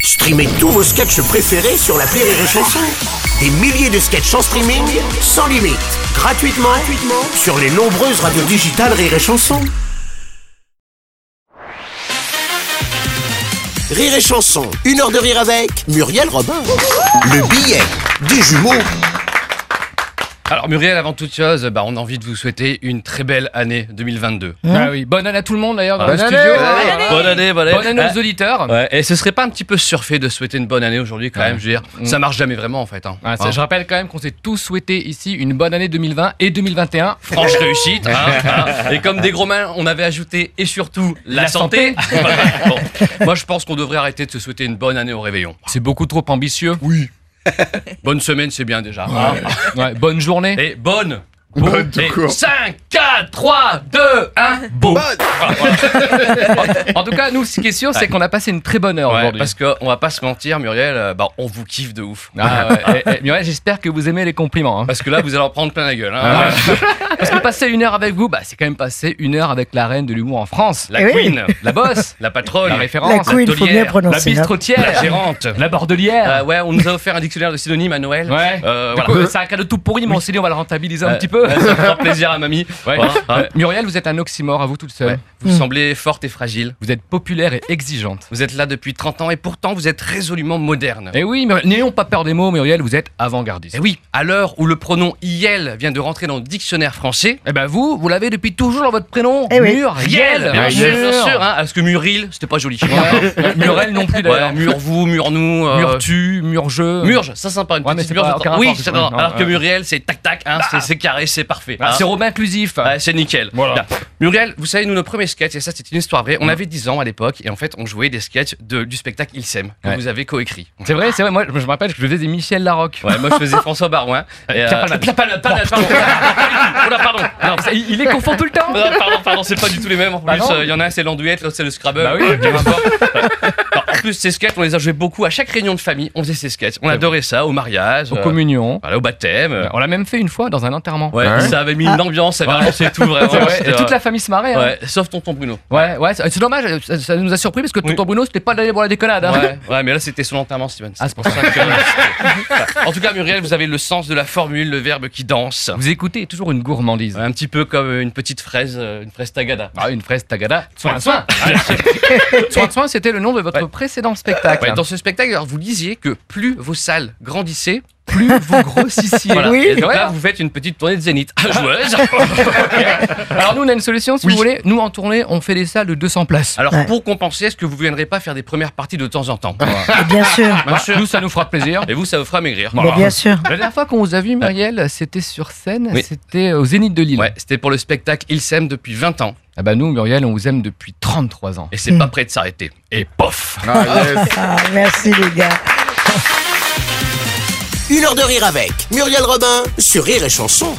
Streamez tous vos sketchs préférés sur la Rire et Chanson. Des milliers de sketchs en streaming, sans limite, gratuitement, gratuitement sur les nombreuses radios digitales Rire et Chanson. Rire et Chanson, une heure de rire avec Muriel Robin. Le billet des jumeaux. Alors Muriel, avant toute chose, bah, on a envie de vous souhaiter une très belle année 2022. Ah oui, bonne année à tout le monde d'ailleurs dans Hein Bonne le année, studio. bonne année. Bonne année, bonne année. Bonne année Ah. aux auditeurs. Ouais, et ce serait pas un petit peu surfait de souhaiter une bonne année aujourd'hui quand même, je veux dire, ça marche jamais vraiment en fait. Hein. Ouais, ça, Hein. Ah, Je rappelle quand même qu'on s'est tous souhaité ici une bonne année 2020 et 2021. Franche réussite, hein, hein. et comme des gros mains, on avait ajouté et surtout la, La santé. Bon, Moi je pense qu'on devrait arrêter de se souhaiter une bonne année au réveillon. C'est beaucoup trop ambitieux. Oui. Bonne semaine, c'est bien déjà. hein. bonne journée. Et bonne Bonne 5, 4, 3, 2, 1, boum En tout cas, nous, ce qui est sûr, c'est qu'on a passé une très bonne heure Ouais, aujourd'hui. Parce qu'on va pas se mentir, Muriel, euh, bah, on vous kiffe de ouf. Ah ouais, eh, eh, Muriel, j'espère que vous aimez les compliments. hein. Parce que là, vous allez en prendre plein la gueule. hein. Ah Parce que passer une heure avec vous, bah, c'est quand même passer une heure avec la reine de l'humour en France. La Eh oui. queen, La boss, la patronne, la La référence, couille, il faut bien hôtelière, la prononcer. hein. la bistretière, gérante. la bordelière. Euh, ouais, on nous a offert un dictionnaire de synonymes à Noël. Ouais. Euh, Du voilà. coup, C'est un cadeau tout pourri, mais on s'est dit on va le rentabiliser un Euh, petit peu. ouais, ça fera plaisir à mamie. Ouais. Voilà, hein. Euh, Muriel, vous êtes un oxymore à vous toute seule. Ouais. Vous Hmm. semblez forte et fragile. Vous êtes populaire et exigeante. Vous êtes là depuis 30 ans et pourtant vous êtes résolument moderne. Et Eh oui, Muriel, n'ayons pas peur des mots, Muriel, vous êtes avant-gardiste. Et oui, à l'heure où le pronom IEL vient de rentrer dans le dictionnaire français, Eh ben vous, vous l'avez depuis toujours dans votre prénom, Eh oui. Muriel. bien sûr, Muriel. bien sûr, hein, parce que Muriel, c'était pas joli. Ouais. Ouais, Muriel non plus d'ailleurs. Ouais, mure-vous, mure-nous. euh, Murtu, Murgeux. Murge, ça sympa, une Ouais, mais petite c'est murge. de pas temps- aucun oui, rapport, je c'est- crois. non, Non, alors que ouais. Muriel, c'est tac-tac, hein, c'est- c'est carré, c'est parfait. Ah, hein. C'est Robin inclusif. Ouais, c'est nickel. Voilà. Là. Muriel, vous savez, nous, nos premiers sketchs, et ça, c'est une histoire vraie, on avait 10 ans à l'époque, et en fait, on jouait des sketchs de, du spectacle Il s'aime, que Ouais. vous avez coécrit. C'est vrai, c'est vrai. Moi, je me rappelle que je faisais Michel Larocque. Ouais, moi, je faisais François Barouin. et, euh, Pierre Palmade. Pierre Palmade, Palmade, pardon. Oh là, pardon. Non, c'est- Il, il les confond tout le temps. non, pardon, pardon, c'est pas du tout les mêmes. En Bah plus, euh, non. il y en a un, c'est l'andouillette, l'autre, c'est le Scrabble. Bah oui. Euh, quel rapport. Ouais. Alors, en plus, ces sketchs, on les a joués beaucoup à chaque réunion de famille. On faisait ces sketchs. On adorait ça au mariage, Aux euh, communions. voilà, au baptême. euh, On l'a même fait une fois dans un enterrement. Ouais, ça avait mis une Ah. ambiance, ça avait relancé tout vraiment. Ah C'est vrai, c'était, Et toute euh, la famille se marrait. hein. Ouais, sauf tonton Bruno. Ouais, ouais, c'est c'est dommage, ça, ça nous a surpris parce que Tonton Bruno, c'était pas d'aller pour la déconnade. hein. Ouais, ouais, mais là c'était son enterrement, Steven. Ah, c'est pour ça. C'est pour ça que- Enfin, en tout cas, Muriel, vous avez le sens de la formule, le verbe qui danse. Vous écoutez toujours une gourmandise. Un petit peu comme une petite fraise, euh, une fraise tagada. Ah, une fraise tagada. Soin, soin. soin, soin, c'était le nom de votre Ouais. précédent spectacle. Ouais, dans ce spectacle, alors, vous disiez que plus vos salles grandissaient, Plus vous grossissiez. voilà. Oui. Et donc là, Ouais. vous faites une petite tournée de zénith. Ah, joueuse Alors nous, on a une solution, si vous voulez. Nous, en tournée, on fait des salles de 200 places. Alors, Ouais. pour compenser, est-ce que vous viendrez pas faire des premières parties de temps en temps Mais Bien sûr. Bien sûr. Nous, ça nous fera plaisir. Et vous, ça vous fera maigrir. Mais Bah, bien sûr. La dernière fois qu'on vous a vu, Marielle, c'était sur scène, Oui. c'était au Zénith de Lille. Ouais, c'était pour le spectacle Il s'aime depuis 20 ans. Ah bah nous, Muriel, on vous aime depuis 33 ans. Et Hmm. c'est pas prêt de s'arrêter. Et pof Ah, merci les gars. Une heure de rire avec Muriel Robin sur Rire et Chanson.